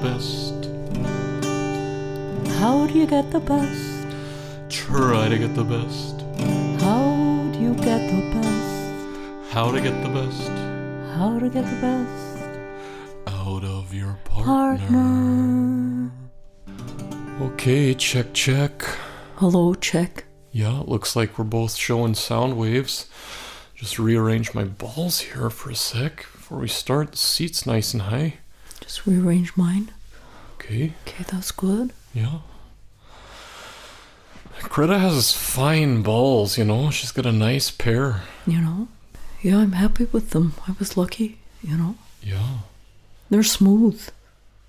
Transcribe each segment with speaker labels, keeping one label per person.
Speaker 1: best.
Speaker 2: How do you get the best?
Speaker 1: Try to get the best.
Speaker 2: How do you get the best?
Speaker 1: How to get the best
Speaker 2: How to get the best?
Speaker 1: out of your partner.
Speaker 2: Partner.
Speaker 1: Okay, check, check.
Speaker 2: Hello, check.
Speaker 1: Yeah, it looks like we're both showing sound waves. Just rearrange my balls here for a sec before we start. The seat's nice and high.
Speaker 2: Just rearrange mine.
Speaker 1: Okay,
Speaker 2: Okay, that's good.
Speaker 1: yeah. Greta has fine balls, you know. She's got a nice pair.
Speaker 2: You know? Yeah, I'm happy with them. I was lucky, you know?
Speaker 1: Yeah.
Speaker 2: They're smooth.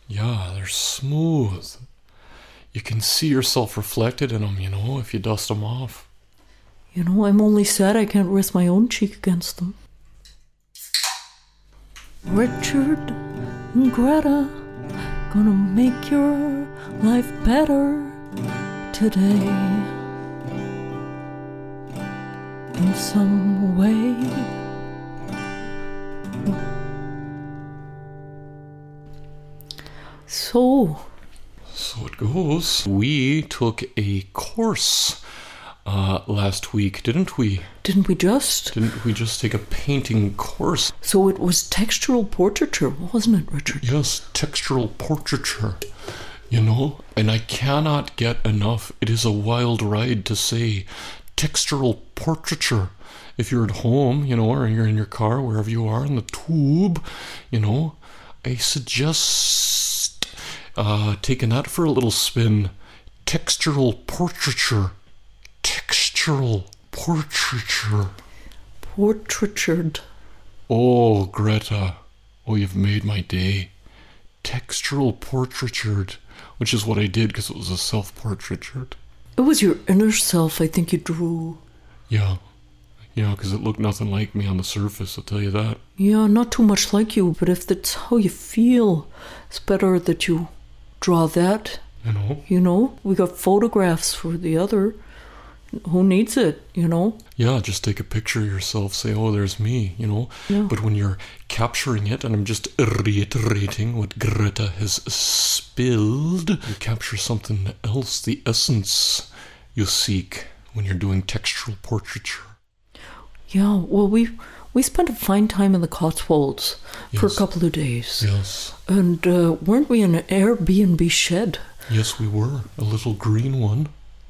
Speaker 1: Yeah, they're smooth. You can see yourself reflected in them, you know, if you dust them off.
Speaker 2: You know, I'm only sad I can't rest my own cheek against them. Richard and Greta, gonna make your life better today. In some way. So,
Speaker 1: So it goes. We took a course uh, last week, didn't we?
Speaker 2: didn't we just?
Speaker 1: Didn't we just take a painting course?
Speaker 2: So it was textural portraiture, wasn't it, Richard?
Speaker 1: Yes, textural portraiture. You know, and I cannot get enough. It is a wild ride to say textural portraiture. If you're at home, you know, or you're in your car, wherever you are, in the tube, you know, I suggest uh, taking that for a little spin. Textural portraiture. Textural portraiture.
Speaker 2: Portraitured.
Speaker 1: Oh, Greta. Oh, you've made my day. Textural portraiture, which is what I did because it was a self portraiture.
Speaker 2: It was your inner self, I think you drew.
Speaker 1: Yeah. Yeah, because it looked nothing like me on the surface, I'll tell you that.
Speaker 2: Yeah, not too much like you, but if that's how you feel, it's better that you draw that.
Speaker 1: You know?
Speaker 2: You know, we got photographs for the other. Who needs it, you know?
Speaker 1: Yeah, just take a picture of yourself, say, oh, there's me, you know?
Speaker 2: Yeah.
Speaker 1: But when you're capturing it, and I'm just reiterating what Greta has spilled, you capture something else, the essence you seek when you're doing textural portraiture.
Speaker 2: Yeah, well, we we spent a fine time in the Cotswolds for a
Speaker 1: Yes.
Speaker 2: couple of days.
Speaker 1: Yes.
Speaker 2: And uh, weren't we in an Airbnb shed?
Speaker 1: Yes, we were. A little green one.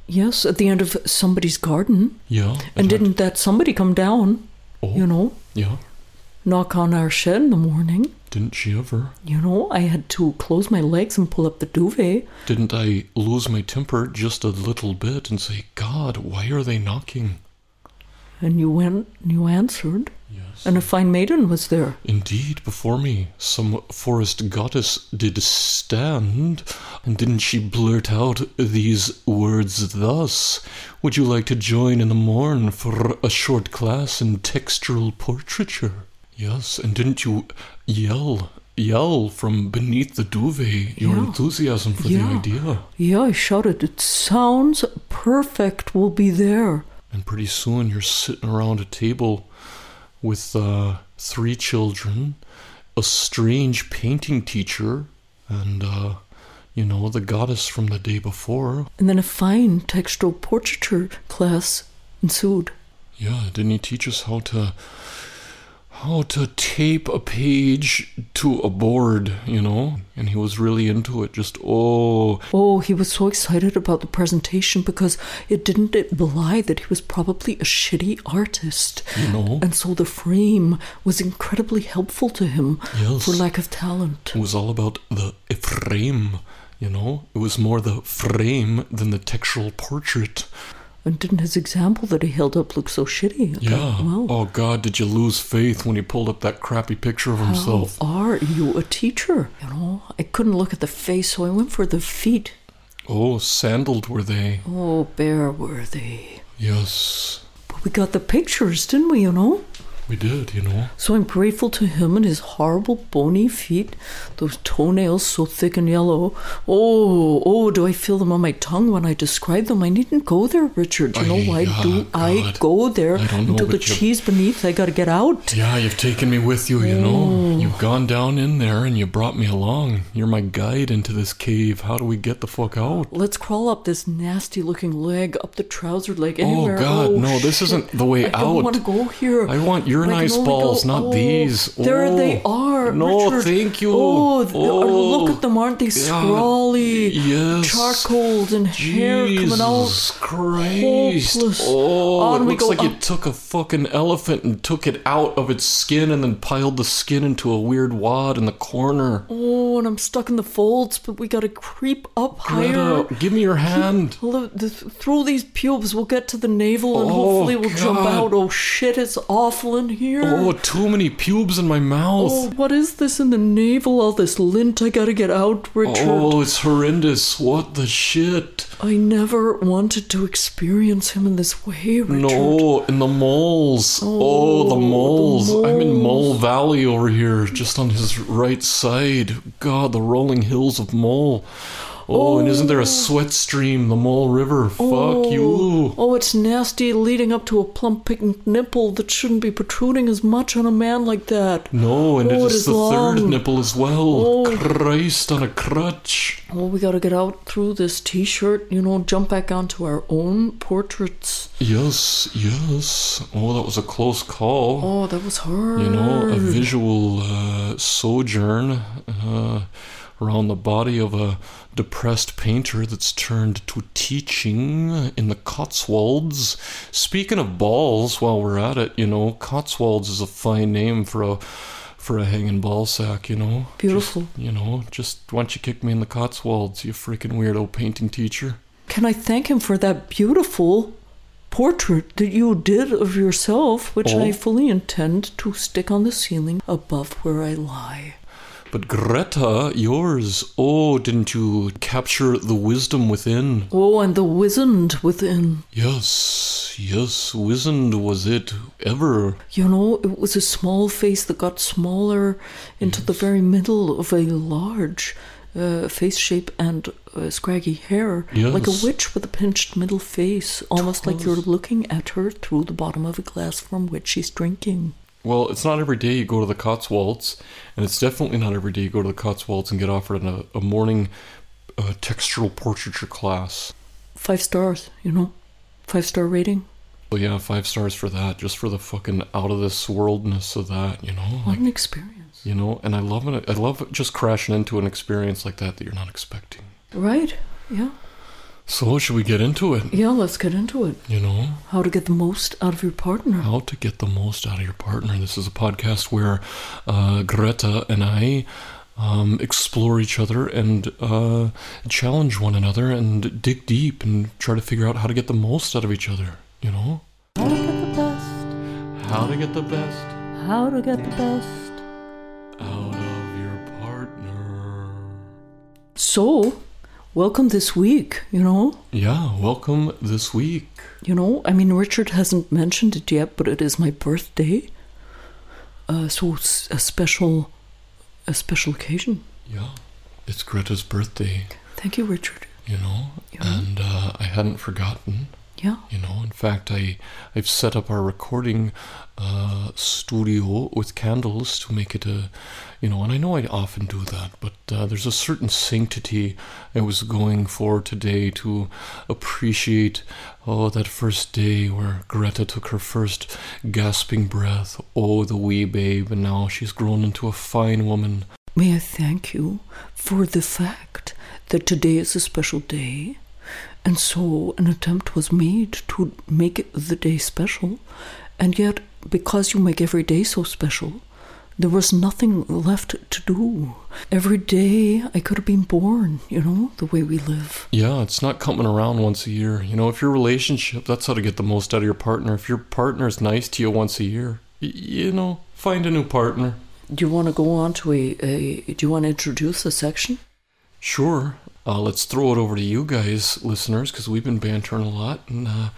Speaker 2: Yes, at the end of somebody's garden.
Speaker 1: Yeah.
Speaker 2: And
Speaker 1: it had-
Speaker 2: didn't that somebody come down,
Speaker 1: Oh,
Speaker 2: you know,
Speaker 1: yeah.
Speaker 2: knock on our shed in the morning?
Speaker 1: Didn't she ever?
Speaker 2: You know, I had to close my legs and pull up the duvet.
Speaker 1: Didn't I lose my temper just a little bit and say, God, why are they knocking?
Speaker 2: And you went and you answered.
Speaker 1: Yes.
Speaker 2: And a fine maiden was there.
Speaker 1: Indeed, before me, some forest goddess did stand, and didn't she blurt out these words thus? Would you like to join in the morn for a short class in textural portraiture? Yes, and didn't you yell, yell from beneath the duvet your
Speaker 2: Yeah.
Speaker 1: enthusiasm for the
Speaker 2: Yeah.
Speaker 1: idea?
Speaker 2: Yeah, I shouted, It sounds perfect. We'll be there.
Speaker 1: And pretty soon you're sitting around a table with uh, three children, a strange painting teacher, and, uh, you know, the goddess from the day before.
Speaker 2: And then a fine textual portraiture class ensued.
Speaker 1: Yeah, didn't he teach us how to. How to tape a page to a board, you know? And he was really into it. Just, oh,
Speaker 2: Oh, he was so excited about the presentation because it didn't belie that he was probably a shitty artist.
Speaker 1: you know?
Speaker 2: And so the frame was incredibly helpful to him
Speaker 1: Yes.
Speaker 2: for lack of talent.
Speaker 1: It was all about the frame, you know? It was more the frame than the textual portrait.
Speaker 2: And didn't his example that he held up look so shitty? I
Speaker 1: Yeah.
Speaker 2: thought, Wow.
Speaker 1: Oh God, did you lose faith when he pulled up that crappy picture of himself?
Speaker 2: How are you a teacher? You know, I couldn't look at the face, so I went for the feet.
Speaker 1: Oh, sandaled were they?
Speaker 2: Oh, bear worthy.
Speaker 1: Yes.
Speaker 2: But we got the pictures, didn't we, you know?
Speaker 1: We did, you know.
Speaker 2: So I'm grateful to him and his horrible bony feet, those toenails so thick and yellow. Oh, oh, do I feel them on my tongue when I describe them? I needn't go there, Richard. You know,
Speaker 1: Ay,
Speaker 2: why
Speaker 1: yeah,
Speaker 2: do I
Speaker 1: God.
Speaker 2: go there
Speaker 1: I don't know,
Speaker 2: until the
Speaker 1: but you-
Speaker 2: cheese beneath? I gotta get out.
Speaker 1: Yeah, you've taken me with you, you know. You've gone down in there and you brought me along. You're my guide into this cave. How do we get the fuck out?
Speaker 2: Let's crawl up this nasty looking leg, up the trouser leg,
Speaker 1: Oh
Speaker 2: anywhere.
Speaker 1: god, no, this
Speaker 2: shit.
Speaker 1: isn't the way
Speaker 2: I
Speaker 1: out.
Speaker 2: don't want to go here.
Speaker 1: I want your
Speaker 2: I can
Speaker 1: nice
Speaker 2: only
Speaker 1: balls,
Speaker 2: go-
Speaker 1: not
Speaker 2: oh,
Speaker 1: these.
Speaker 2: There
Speaker 1: Oh,
Speaker 2: they are.
Speaker 1: no,
Speaker 2: Richard.
Speaker 1: thank you.
Speaker 2: Oh, th- oh, look
Speaker 1: Oh,
Speaker 2: at them. Aren't they
Speaker 1: yeah,
Speaker 2: scrawly?
Speaker 1: yes.
Speaker 2: Charcoals and hair coming out.
Speaker 1: Jesus Christ.
Speaker 2: Hopeless.
Speaker 1: Oh,
Speaker 2: On
Speaker 1: it
Speaker 2: we
Speaker 1: looks
Speaker 2: go
Speaker 1: like you
Speaker 2: up.
Speaker 1: took a fucking elephant and took it out of its skin and then piled the skin into a weird wad in the corner.
Speaker 2: Oh, and I'm stuck in the folds, but we gotta creep up higher.
Speaker 1: Greta, give me your hand.
Speaker 2: Look, th- Through these pubes, we'll get to the navel and
Speaker 1: Oh,
Speaker 2: hopefully we'll jump
Speaker 1: God.
Speaker 2: out. Oh shit, it's awful in here.
Speaker 1: Oh, too many pubes in my
Speaker 2: Oh,
Speaker 1: mouth.
Speaker 2: what is this in the navel? All this lint. I gotta get out, Richard.
Speaker 1: Oh, it's horrendous. What the shit?
Speaker 2: I never wanted to experience him in this way, Richard.
Speaker 1: No, in the moles. Oh, the
Speaker 2: the
Speaker 1: moles. I'm in Mole Valley over here, just on his right side. God, the rolling hills of Mole. Oh, and isn't there a sweat stream, the Mole River? Fuck you.
Speaker 2: Oh, it's nasty leading up to a plump pink nipple that shouldn't be protruding as much on a man like that.
Speaker 1: No, and
Speaker 2: Oh,
Speaker 1: it
Speaker 2: it
Speaker 1: is
Speaker 2: is
Speaker 1: the third
Speaker 2: long.
Speaker 1: nipple as well.
Speaker 2: Oh.
Speaker 1: Christ on a crutch.
Speaker 2: Oh, we gotta get out through this t shirt, you know, jump back onto our own portraits.
Speaker 1: Yes, yes. Oh, that was a close call.
Speaker 2: Oh, that was hard.
Speaker 1: you know, a visual uh, sojourn uh, around the body of a depressed painter that's turned to teaching in the Cotswolds. Speaking of balls, while we're at it, you know, Cotswolds is a fine name for a for a hanging ball sack, you know.
Speaker 2: Beautiful.
Speaker 1: You know, just why don't you kick me in the Cotswolds, you freaking weirdo painting teacher?
Speaker 2: Can I thank him for that beautiful portrait that you did of yourself, which
Speaker 1: Oh.
Speaker 2: I fully intend to stick on the ceiling above where I lie?
Speaker 1: But Greta, yours, oh, didn't you capture the wisdom within?
Speaker 2: Oh, and the wizened within.
Speaker 1: Yes, yes, wizened was it ever.
Speaker 2: You know, it was a small face that got smaller into the very middle of a large uh, face shape and uh, scraggy hair, like a
Speaker 1: Yes.
Speaker 2: witch with a pinched middle face, almost like you're looking at her through the bottom of a glass from which she's drinking.
Speaker 1: Well, it's not every day you go to the Cotswolds, and it's definitely not every day you go to the Cotswolds and get offered a, a morning uh, textural portraiture class.
Speaker 2: Five stars, you know, five star rating.
Speaker 1: So yeah, five stars for that, just for the fucking out of this worldness of that, you know,
Speaker 2: What
Speaker 1: like
Speaker 2: an experience,
Speaker 1: you know. And I love it. I love just crashing into an experience like that that you're not expecting.
Speaker 2: right? Yeah,
Speaker 1: So should we get into it?
Speaker 2: yeah. Let's get into it.
Speaker 1: You know.
Speaker 2: How to get the most out of your partner?
Speaker 1: How to get the most out of your partner. This is a podcast where uh, Greta and I um, explore each other and uh, challenge one another and dig deep and try to figure out how to get the most out of each other, you know?
Speaker 2: How to get the best?
Speaker 1: How to get the best
Speaker 2: How to get the best?
Speaker 1: out of your partner.
Speaker 2: So, welcome this week, you know?
Speaker 1: Yeah, welcome this week.
Speaker 2: You know, I mean, Richard hasn't mentioned it yet, but it is my birthday. Uh, so it's a special, a special occasion.
Speaker 1: Yeah, it's Greta's birthday,
Speaker 2: Thank you, Richard.
Speaker 1: you know?
Speaker 2: Yeah.
Speaker 1: And uh, I hadn't forgotten.
Speaker 2: Yeah.
Speaker 1: You know, in fact, I I've set up our recording uh, studio with candles to make it a, you know, and I know I often do that, but uh, there's a certain sanctity I was going for today to appreciate. Oh, that first day where Greta took her first gasping breath. Oh, the wee babe, and now she's grown into a fine woman.
Speaker 2: May I thank you for the fact that today is a special day. And so an attempt was made to make the day special. And yet, because you make every day so special, there was nothing left to do. Every day I could have been born, you know, the way we live.
Speaker 1: Yeah, it's not coming around once a year. You know, if your relationship, that's how to get the most out of your partner. If your partner is nice to you once a year, y- you know, find a new partner.
Speaker 2: Do you want to go on to a, a do you want to introduce a section?
Speaker 1: Sure. Uh, let's throw it over to you guys, listeners, because we've been bantering a lot, and uh,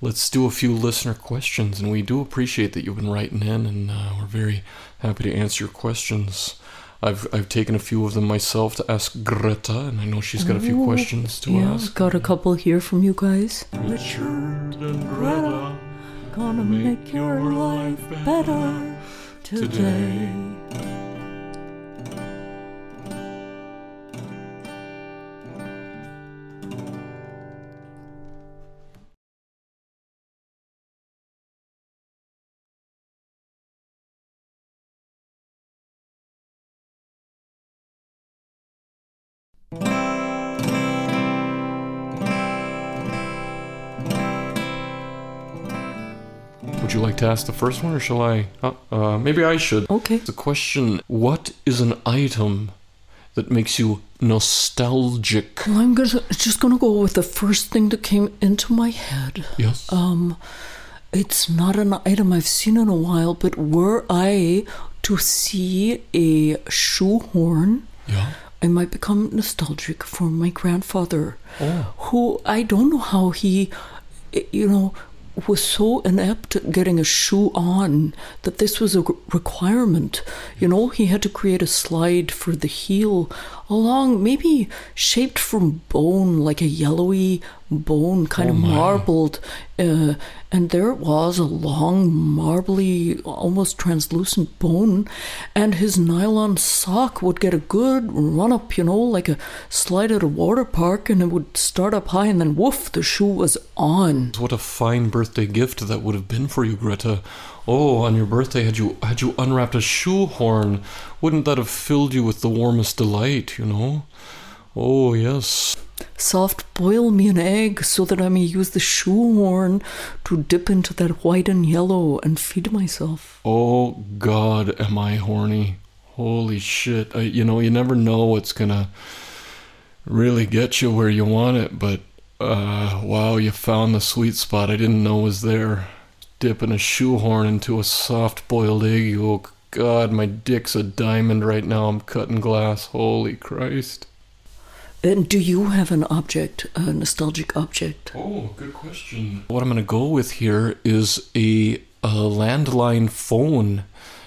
Speaker 1: let's do a few listener questions. And we do appreciate that you've been writing in, and uh, we're very happy to answer your questions. I've, I've taken a few of them myself to ask Greta, and I know she's got a few questions to
Speaker 2: yeah,
Speaker 1: ask.
Speaker 2: got a couple here from you guys.
Speaker 1: Richard and
Speaker 2: Greta, Gonna
Speaker 1: Make
Speaker 2: make your
Speaker 1: your
Speaker 2: life
Speaker 1: life
Speaker 2: better
Speaker 1: today.
Speaker 2: today.
Speaker 1: Would you like to ask the first one, or shall I? Uh, uh, maybe I should.
Speaker 2: Okay.
Speaker 1: The question What is an item that makes you nostalgic?
Speaker 2: Well, I'm gonna just gonna go with the first thing that came into my head.
Speaker 1: Yes.
Speaker 2: Um, it's not an item I've seen in a while, but were I to see a shoehorn,
Speaker 1: yeah.
Speaker 2: I might become nostalgic for my grandfather,
Speaker 1: Oh.
Speaker 2: who I don't know how he, eh, you know, was so inept at getting a shoe on that this was a re- requirement. You know, he had to create a slide for the heel along, maybe shaped from bone, like a yellowy bone, kind
Speaker 1: Oh
Speaker 2: of
Speaker 1: my.
Speaker 2: marbled. Uh, and there it was, a long, marbly, almost translucent bone. And his nylon sock would get a good run up, you know, like a slide at a water park, and it would start up high, and then woof, the shoe was on.
Speaker 1: What a fine birthday gift that would have been for you, Greta. Oh, on your birthday, had you had you unwrapped a shoehorn, wouldn't that have filled you with the warmest delight? You know. Oh yes.
Speaker 2: Soft boil me an egg so that I may use the shoehorn to dip into that white and yellow and feed myself.
Speaker 1: Oh God, am I horny? Holy shit! I, you know, you never know what's gonna really get you where you want it, but uh, wow, you found the sweet spot I didn't know was there. Dipping a shoehorn into a soft-boiled egg yolk. God, my dick's a diamond right now. I'm cutting glass. Holy Christ!
Speaker 2: And do you have an object, a nostalgic object?
Speaker 1: Oh, good question. What I'm going to go with here is a, a landline phone,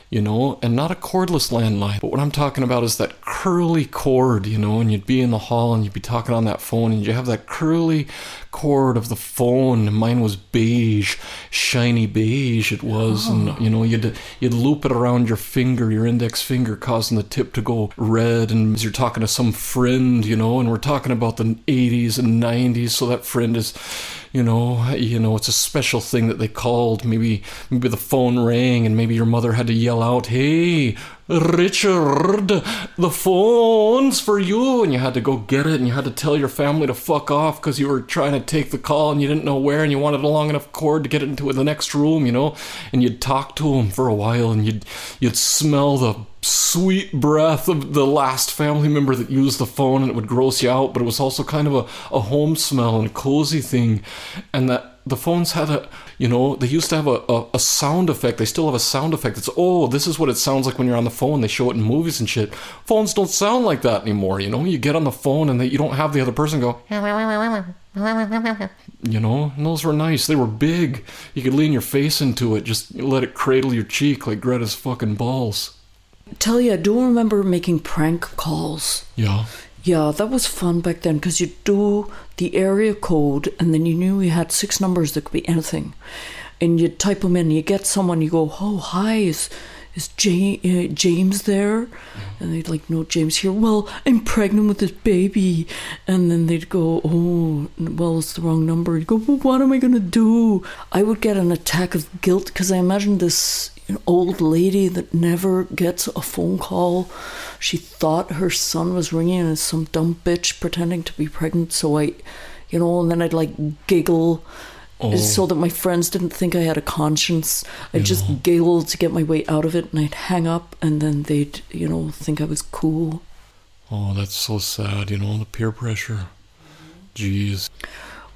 Speaker 1: you know, and not a cordless landline. But what I'm talking about is that curly cord, you know, and you'd be in the hall and you'd be talking on that phone and you have that curly cord of the phone. And mine was beige, shiny beige it was. And, you know, you'd, you'd loop it around your finger, your index finger, causing the tip to go red. And as you're talking to some friend, you know, and we're talking about the 80s and 90s, so that friend is, you know, you know, it's a special thing that they called. Maybe, maybe the phone rang, and maybe your mother had to yell out, "Hey, Richard, the phone's for you," and you had to go get it, and you had to tell your family to fuck off because you were trying to take the call and you didn't know where, and you wanted a long enough cord to get it into the next room, you know, and you'd talk to him for a while, and you'd you'd smell the sweet breath of the last family member that used the phone and it would gross you out, but it was also kind of a, a home smell and a cozy thing. And that the phones had a, you know, they used to have a, a, a sound effect. They still have a sound effect. It's, oh, this is what it sounds like when you're on the phone. They show it in movies and shit. Phones don't sound like that anymore, you know? You get on the phone and they, you don't have the other person go, you know, and those were nice. They were big. You could lean your face into it, just let it cradle your cheek like Greta's fucking balls.
Speaker 2: Tell you, I do remember making prank calls.
Speaker 1: Yeah.
Speaker 2: Yeah, that was fun back then because you do the area code and then you knew you had six numbers that could be anything. And you type them in, you get someone, you go, oh, hi, is, is Ja- uh, James there? And they'd like, no, James here. Well, I'm pregnant with this baby. And then they'd go, oh, well, it's the wrong number. You go, well, what am I going to do? I would get an attack of guilt because I imagined this an old lady that never gets a phone call. She thought her son was ringing and it's some dumb bitch pretending to be pregnant. So I, you know, and then I'd like giggle
Speaker 1: Oh.
Speaker 2: so that my friends didn't think I had a conscience. I'd just giggle to get my way out of it and I'd hang up and then they'd, you know, think I was cool.
Speaker 1: Oh, that's so sad, you know, the peer pressure. Jeez.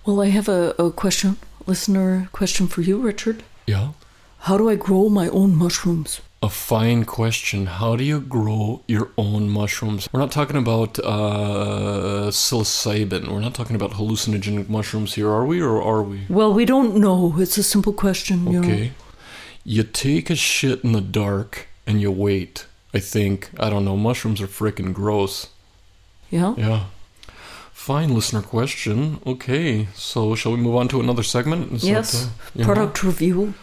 Speaker 2: Well, I have a, a question, listener question for you, Richard.
Speaker 1: Yeah?
Speaker 2: How do I grow my own mushrooms?
Speaker 1: a fine question. How do you grow your own mushrooms? We're not talking about uh, psilocybin. We're not talking about hallucinogenic mushrooms here, are we, or are we?
Speaker 2: Well, we don't know. It's a simple question. you know.
Speaker 1: Okay. You take a shit in the dark and you wait. I think. I don't know. Mushrooms are freaking gross.
Speaker 2: Yeah.
Speaker 1: Yeah. Fine, listener question. Okay, so shall we move on to another segment? Is that,
Speaker 2: Yes.
Speaker 1: uh, yeah.
Speaker 2: Product review.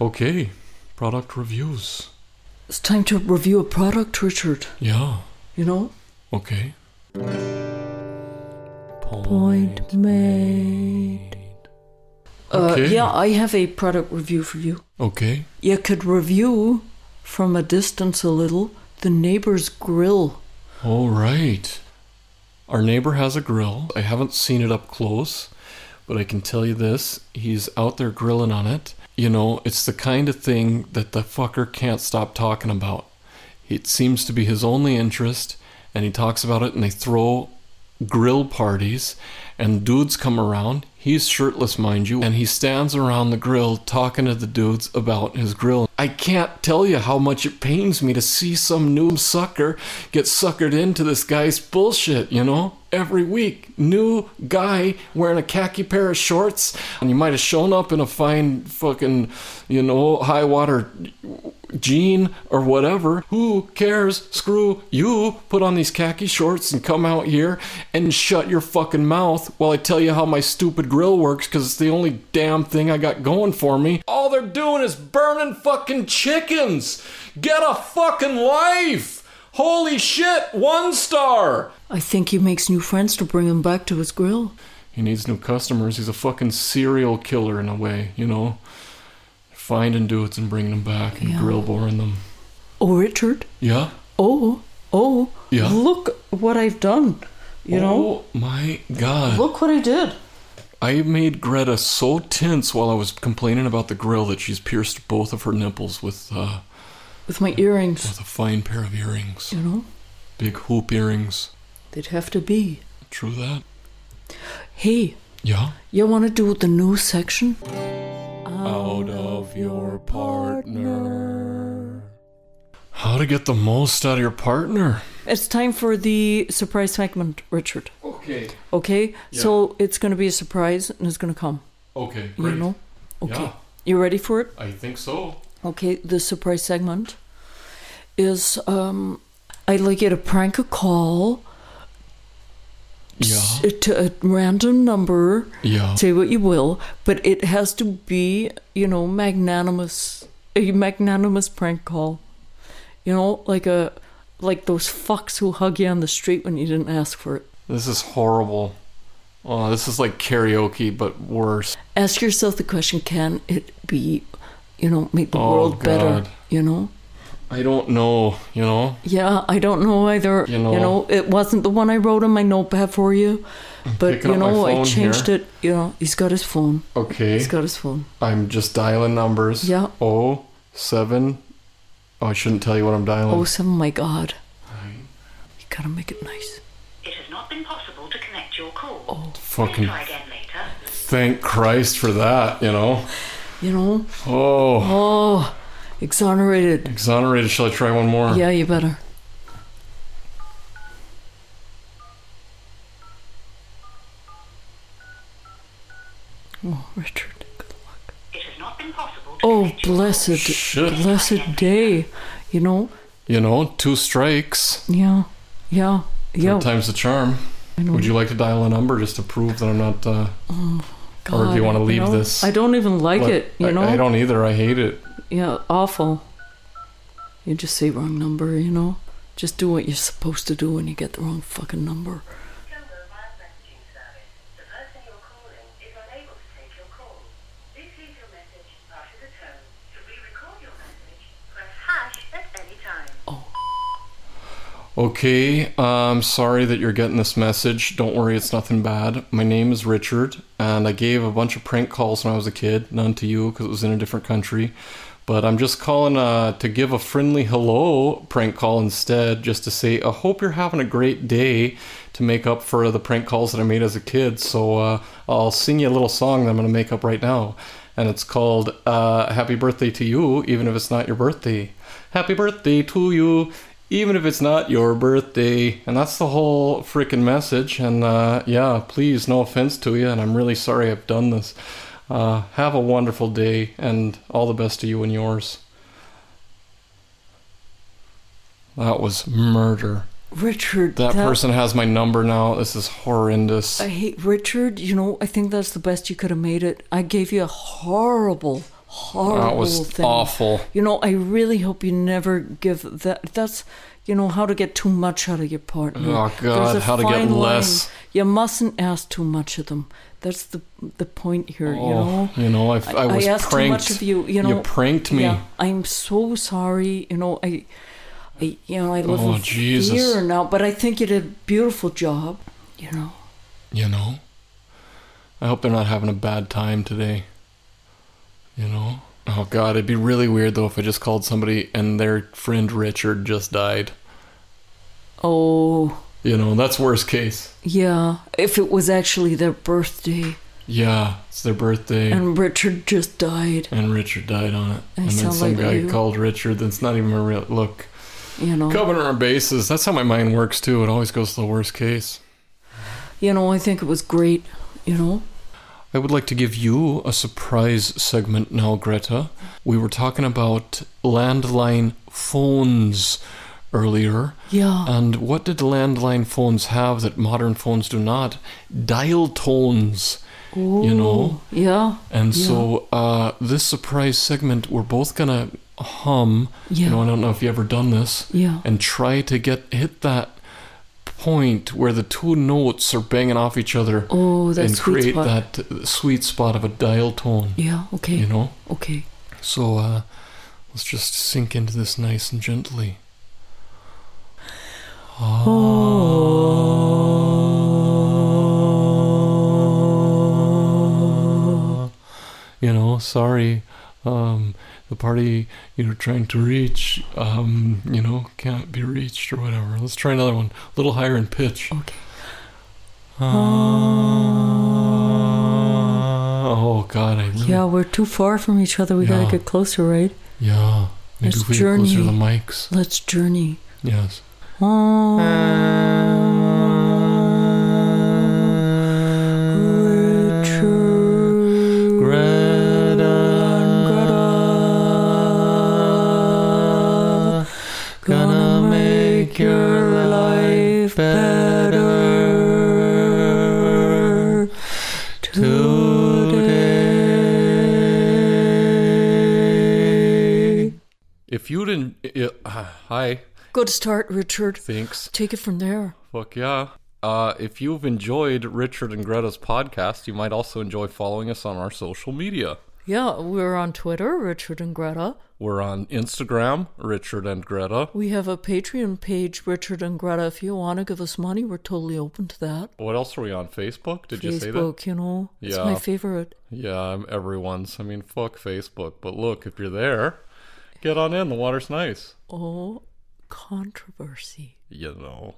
Speaker 1: Okay, product reviews.
Speaker 2: It's time to review a product, Richard.
Speaker 1: Yeah.
Speaker 2: You know?
Speaker 1: Okay.
Speaker 2: Point made. Uh,
Speaker 1: Okay.
Speaker 2: yeah, I have a product review for you.
Speaker 1: Okay.
Speaker 2: You could review from a distance a little the neighbor's grill.
Speaker 1: All right. Our neighbor has a grill. I haven't seen it up close, but I can tell you this he's out there grilling on it. You know, it's the kind of thing that the fucker can't stop talking about. It seems to be his only interest, and he talks about it, and they throw grill parties, and dudes come around. He's shirtless, mind you, and he stands around the grill talking to the dudes about his grill. I can't tell you how much it pains me to see some new sucker get suckered into this guy's bullshit, you know? Every week, new guy wearing a khaki pair of shorts, and you might have shown up in a fine fucking, you know, high water jean or whatever. Who cares? Screw you. Put on these khaki shorts and come out here and shut your fucking mouth while I tell you how my stupid grill works because it's the only damn thing I got going for me. All they're doing is burning fucking chickens. Get a fucking life. Holy shit. One star.
Speaker 2: I think he makes new friends to bring him back to his grill.
Speaker 1: He needs new customers. He's a fucking serial killer in a way, you know? Finding dudes and bringing them back and
Speaker 2: Yeah.
Speaker 1: grill boring them.
Speaker 2: Oh, Richard.
Speaker 1: Yeah?
Speaker 2: Oh, oh.
Speaker 1: Yeah.
Speaker 2: Look what I've done. You know?
Speaker 1: Oh my god.
Speaker 2: Look what I did.
Speaker 1: I made Greta so tense while I was complaining about the grill that she's pierced both of her nipples with uh,
Speaker 2: With my earrings.
Speaker 1: with a fine pair of earrings,
Speaker 2: You know?
Speaker 1: big hoop earrings.
Speaker 2: They'd have to be.
Speaker 1: True that.
Speaker 2: Hey,
Speaker 1: Yeah.
Speaker 2: you want to do the new section?
Speaker 1: Out of your partner. How to get the most out of your partner?
Speaker 2: It's time for the surprise segment, Richard.
Speaker 1: Okay.
Speaker 2: Okay?
Speaker 1: Yeah.
Speaker 2: So it's going to be a surprise and it's going to come.
Speaker 1: Okay.
Speaker 2: You know? Okay.
Speaker 1: Yeah.
Speaker 2: You ready for it?
Speaker 1: I think so.
Speaker 2: Okay, the surprise segment is um, I'd like you to prank a call
Speaker 1: Yeah.
Speaker 2: s- to a random number,
Speaker 1: Yeah.
Speaker 2: say what you will, but it has to be, you know, magnanimous, a magnanimous prank call. You know, like a like those fucks who hug you on the street when you didn't ask for it.
Speaker 1: This is horrible. Oh, this is like karaoke, but worse.
Speaker 2: Ask yourself the question: Can it be, you know, make the
Speaker 1: Oh,
Speaker 2: world better?
Speaker 1: God.
Speaker 2: You know.
Speaker 1: I don't know. You know.
Speaker 2: Yeah, I don't know either.
Speaker 1: You
Speaker 2: You
Speaker 1: know-
Speaker 2: know, it wasn't the one I wrote on my notepad for you, but
Speaker 1: picking
Speaker 2: you
Speaker 1: up my
Speaker 2: know, I
Speaker 1: phone
Speaker 2: changed
Speaker 1: here.
Speaker 2: it. You know, he's got his phone.
Speaker 1: Okay.
Speaker 2: He's got his phone.
Speaker 1: I'm just dialing numbers.
Speaker 2: Yeah.
Speaker 1: Oh, seven. Oh, I shouldn't tell you what I'm dialing.
Speaker 2: Oh, so my God. You gotta make it nice.
Speaker 3: It has not been possible to connect your call.
Speaker 2: Oh,
Speaker 3: Please
Speaker 1: Fucking
Speaker 3: try again later.
Speaker 1: thank Christ for that, you know?
Speaker 2: You know?
Speaker 1: Oh,
Speaker 2: Oh, exonerated.
Speaker 1: exonerated. Shall I try one more?
Speaker 2: Yeah, you better. Oh, Richard. good luck.
Speaker 3: It has not been possible to
Speaker 2: Oh,
Speaker 3: connect your
Speaker 2: blessed,
Speaker 1: Shit.
Speaker 2: blessed day. You know?
Speaker 1: You know, two strikes,
Speaker 2: Yeah, yeah,
Speaker 1: third
Speaker 2: yeah.
Speaker 1: time's the charm.
Speaker 2: I know.
Speaker 1: Would you like to dial a number just to prove that I'm not. Uh, or do you wanna
Speaker 2: God,
Speaker 1: leave
Speaker 2: know?
Speaker 1: this?
Speaker 2: I don't even like
Speaker 1: let-
Speaker 2: it. You
Speaker 1: I-
Speaker 2: know.
Speaker 1: I don't either. I hate it.
Speaker 2: Yeah, awful. You just say wrong number. You know. Just do what you're supposed to do when you get the wrong fucking number.
Speaker 3: Your mobile messaging service. The person you're calling is unable to take your call. Please leave your message after the tone. To re-record your message, press hash at any time.
Speaker 1: Okay, I'm sorry that you're getting this message. Don't worry, it's nothing bad. My name is Richard, and I gave a bunch of prank calls when I was a kid. None to you, because it was in a different country. But I'm just calling uh, to give a friendly hello prank call instead, just to say, I hope you're having a great day to make up for the prank calls that I made as a kid. So uh, I'll sing you a little song that I'm going to make up right now. and it's called uh, Happy Birthday to You, even if it's not your birthday. Happy birthday to you, even if it's not your birthday. And that's the whole freaking message. And uh, yeah, please, no offense to you, and I'm really sorry I've done this. Uh, have a wonderful day, and all the best to you and yours. That was murder.
Speaker 2: Richard,
Speaker 1: That, person has my number now. This is horrendous.
Speaker 2: I hate Richard. You know, I think that's the best you could have made it. I gave you a horrible, horrible
Speaker 1: that was
Speaker 2: thing.
Speaker 1: awful.
Speaker 2: You know, I really hope you never give that. That's, you know, how to get too much out of your partner.
Speaker 1: Oh,
Speaker 2: There's
Speaker 1: God,
Speaker 2: a
Speaker 1: how to get
Speaker 2: fine
Speaker 1: less.
Speaker 2: line. You mustn't ask too much of them. That's the the point here. you know,
Speaker 1: you know, Oh, I, I was
Speaker 2: asked
Speaker 1: pranked.
Speaker 2: too much of you. You know,
Speaker 1: pranked me.
Speaker 2: Yeah, I'm so sorry. You know, I, I you know, I live
Speaker 1: Oh,
Speaker 2: in
Speaker 1: Jesus.
Speaker 2: fear now. But I think you did a beautiful job. You know.
Speaker 1: You know, I hope they're not having a bad time today. You know, oh God, it'd be really weird though if I just called somebody and their friend Richard just died.
Speaker 2: Oh,
Speaker 1: You know, that's worst case.
Speaker 2: yeah. If it was actually their birthday
Speaker 1: Yeah, it's their birthday.
Speaker 2: and Richard just died,
Speaker 1: and Richard died on it.
Speaker 2: I
Speaker 1: and then
Speaker 2: sound
Speaker 1: some
Speaker 2: like
Speaker 1: guy
Speaker 2: you.
Speaker 1: called Richard. That's not even a real look.
Speaker 2: you know.
Speaker 1: Covering our bases. That's how my mind works too. It always goes to the worst case.
Speaker 2: You know, I think it was great, you know.
Speaker 1: I would like to give you a surprise segment now, Greta. We were talking about landline phones earlier.
Speaker 2: Yeah.
Speaker 1: And what did landline phones have that modern phones do not? Dial tones. You know?
Speaker 2: Oh, Yeah.
Speaker 1: And
Speaker 2: yeah.
Speaker 1: so uh, this surprise segment, we're both gonna hum. You
Speaker 2: Yeah.
Speaker 1: know, I don't know if you ever done this.
Speaker 2: Yeah.
Speaker 1: And try to get hit that point where the two notes are banging off each other.
Speaker 2: Oh, that
Speaker 1: and create
Speaker 2: sweet spot.
Speaker 1: that sweet spot of a dial tone.
Speaker 2: Yeah, okay.
Speaker 1: You know.
Speaker 2: Okay.
Speaker 1: So uh, let's just sink into this nice and gently. Ah. You know, sorry, um, the party you're trying to reach, um, you know, can't be reached or whatever. Let's try another one, a little higher in pitch. Ah.
Speaker 2: Okay.
Speaker 1: Oh God, I really,
Speaker 2: Yeah, we're too far from each other. We
Speaker 1: Yeah.
Speaker 2: gotta get closer, right?
Speaker 1: yeah. Maybe
Speaker 2: Let's
Speaker 1: if we get closer to
Speaker 2: journey.
Speaker 1: the mics.
Speaker 2: Let's journey. Oh,
Speaker 1: Yes. Uh,
Speaker 2: Richard. Greta. Gonna make your life better today.
Speaker 1: If you didn't, hi,
Speaker 2: Good start, Richard.
Speaker 1: thanks.
Speaker 2: Take it from there.
Speaker 1: Fuck yeah. Uh, if you've enjoyed Richard and Greta's podcast, you might also enjoy following us on our social media.
Speaker 2: Yeah, we're on Twitter, Richard and Greta.
Speaker 1: We're on Instagram, Richard and Greta.
Speaker 2: We have a Patreon page, Richard and Greta. If you want to give us money, we're totally open to that.
Speaker 1: What else are we on? Facebook? Did you say that?
Speaker 2: Facebook, you know, it's
Speaker 1: Yeah.
Speaker 2: my favorite.
Speaker 1: Yeah, I'm everyone's. I mean, fuck Facebook. But look, if you're there, get on in. The water's nice.
Speaker 2: Oh, controversy.
Speaker 1: You know.